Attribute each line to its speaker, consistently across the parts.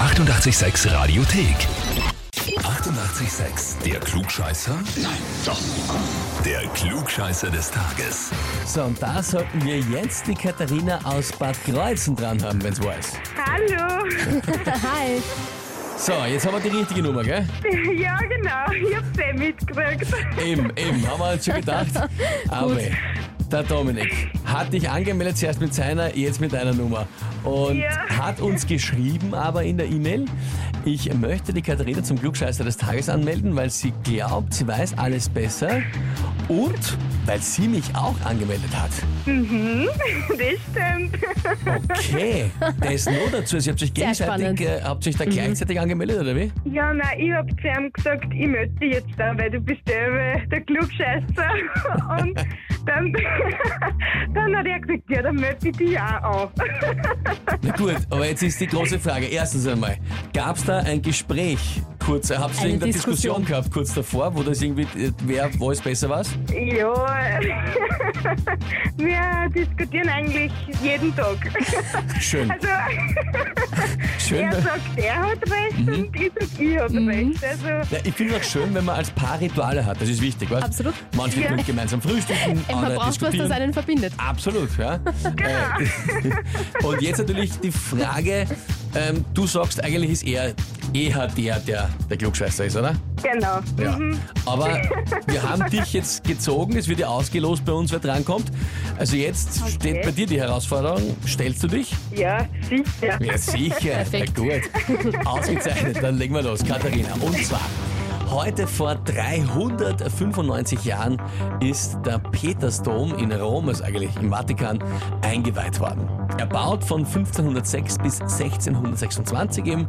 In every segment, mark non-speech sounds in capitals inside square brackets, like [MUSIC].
Speaker 1: 886 Radiothek. 88,6. Der Klugscheißer? Nein, doch. Der Klugscheißer des Tages.
Speaker 2: So, und da sollten wir jetzt die Katharina aus Bad Kreuzen dran haben, wenn's wahr ist.
Speaker 3: Hallo. [LAUGHS]
Speaker 4: Hi.
Speaker 2: So, jetzt haben wir die richtige Nummer, gell?
Speaker 3: Ja, genau. Ich hab's eh mitgekriegt. [LAUGHS]
Speaker 2: Eben, eben, haben wir uns schon gedacht. Aber der Dominik hat dich angemeldet, zuerst mit seiner, jetzt mit deiner Nummer. Und
Speaker 3: Ja.
Speaker 2: hat uns geschrieben, aber in der E-Mail, ich möchte die Katharina zum Glückscheißer des Tages anmelden, weil sie glaubt, sie weiß alles besser und weil sie mich auch angemeldet hat.
Speaker 3: Das stimmt.
Speaker 2: Okay, das nur dazu. Sie habt sich
Speaker 4: Sehr
Speaker 2: gegenseitig,
Speaker 4: spannend. Mhm.
Speaker 2: äh, habt sich da gleichzeitig angemeldet, oder wie?
Speaker 3: Ja, nein, ich hab zu ihm gesagt, ich melde dich jetzt da, weil du bist der, äh, der Klugscheißer. [LAUGHS] Und dann, [LAUGHS] dann hat er gesagt, ja, dann melde ich dich auch an. [LAUGHS]
Speaker 2: Na gut, aber jetzt ist die große Frage. Erstens einmal, gab es da ein Gespräch kurz? Habt ihr
Speaker 4: Eine
Speaker 2: irgendeine Diskussion.
Speaker 4: Diskussion.
Speaker 2: gehabt kurz davor, wo das irgendwie, äh, wer was besser war?
Speaker 3: Ja, [LAUGHS] wir diskutieren eigentlich jeden Tag. [LAUGHS]
Speaker 2: Schön,
Speaker 3: Also,
Speaker 2: schön.
Speaker 3: er sagt, er hat recht und ich sag, ich hab recht. Also,
Speaker 2: Na, ich finde es auch schön, wenn man als Paar Rituale hat. Das ist wichtig, was?
Speaker 4: Absolut.
Speaker 2: Manche
Speaker 3: Ja.
Speaker 2: tun gemeinsam frühstücken,
Speaker 4: Man
Speaker 2: andere
Speaker 4: braucht was,
Speaker 2: diskutieren.
Speaker 4: das einen verbindet.
Speaker 2: Absolut, ja. Äh, [LAUGHS] und jetzt natürlich die Frage, ähm, du sagst, eigentlich ist er eher der, der der Klugscheißer ist, oder?
Speaker 3: genau.
Speaker 2: Ja. Aber wir haben dich jetzt gezogen, es wird ja ausgelost bei uns, wer drankommt. Also jetzt steht bei dir die Herausforderung, stellst du dich?
Speaker 3: Ja, sicher.
Speaker 2: Ja, sicher.
Speaker 4: Perfekt.
Speaker 2: Na gut. Ausgezeichnet, dann legen wir los. Katharina, und zwar. Heute vor 395 Jahren ist der Petersdom in Rom, also eigentlich im Vatikan, eingeweiht worden. Erbaut von 1506 bis 1626 eben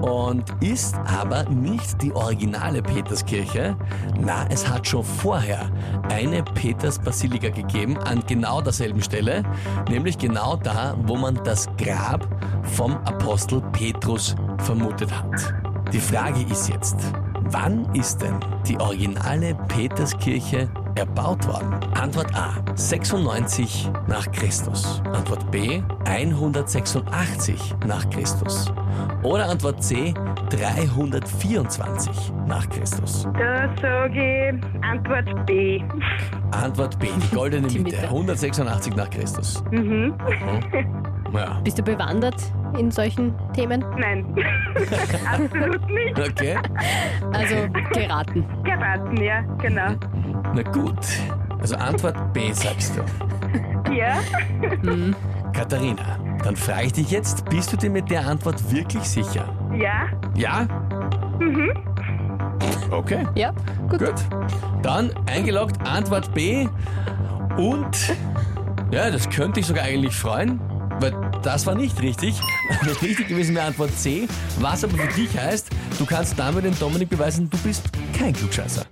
Speaker 2: und ist aber nicht die originale Peterskirche. Na, es hat schon vorher eine Petersbasilika gegeben an genau derselben Stelle, nämlich genau da, wo man das Grab vom Apostel Petrus vermutet hat. Die Frage ist jetzt, wann ist denn die originale Peterskirche erbaut worden? Antwort A, 96 nach Christus. Antwort B, 186 nach Christus. Oder Antwort C, 324 nach Christus.
Speaker 3: Da sage ich Antwort B.
Speaker 2: Antwort B, die goldene
Speaker 4: Die
Speaker 2: Mitte,
Speaker 4: Mitte.
Speaker 2: 186 nach Christus. Hm?
Speaker 3: Mhm.
Speaker 2: Ja.
Speaker 4: Bist du bewandert in solchen Themen?
Speaker 3: Nein, [LAUGHS] absolut nicht.
Speaker 2: Okay.
Speaker 4: Also geraten.
Speaker 3: Geraten, ja, genau.
Speaker 2: Na gut. Also Antwort B sagst du.
Speaker 3: Ja,
Speaker 2: Katharina, dann frage ich dich jetzt, bist du dir mit der Antwort wirklich sicher?
Speaker 3: ja,
Speaker 2: Ja? Mhm. Okay,
Speaker 4: Ja, gut.
Speaker 2: gut. Dann eingeloggt Antwort B und ja, das könnte ich sogar eigentlich freuen, weil das war nicht richtig. [LAUGHS] Richtig gewesen wäre Antwort C, was aber für dich heißt, du kannst damit dem Dominik beweisen, du bist kein Klugscheißer.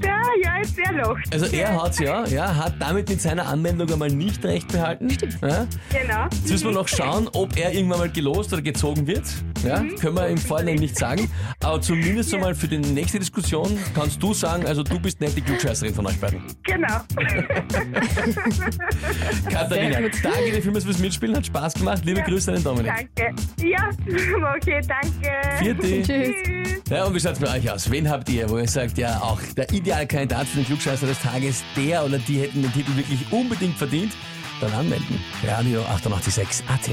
Speaker 3: da, ja, ist sehr lacht.
Speaker 2: Also er hat's ja, ja, hat damit mit seiner Anmeldung einmal nicht recht behalten. Ja?
Speaker 3: Genau.
Speaker 2: Jetzt müssen wir noch schauen, ob er irgendwann mal gelost oder gezogen wird. Ja,
Speaker 4: Mhm.
Speaker 2: können wir im Vorhinein nicht sagen. Aber zumindest einmal für die nächste Diskussion kannst du sagen, also du bist nicht die Klugscheißerin von euch beiden.
Speaker 3: Genau.
Speaker 2: Katharina,
Speaker 4: Sehr gut.
Speaker 2: danke dir vielmals fürs Mitspielen, hat Spaß gemacht. Liebe Grüße an den Dominik.
Speaker 3: Danke. Ja, [LAUGHS] okay, danke.
Speaker 2: Vierte.
Speaker 4: Tschüss.
Speaker 3: Tschüss.
Speaker 2: Ja, und wie schaut's bei euch aus? Wen habt ihr, wo ihr sagt, ja auch der Idealkandidat für den Klugscheißer des Tages, der oder die hätten den Titel wirklich unbedingt verdient? Dann anmelden. Radio 886 AT.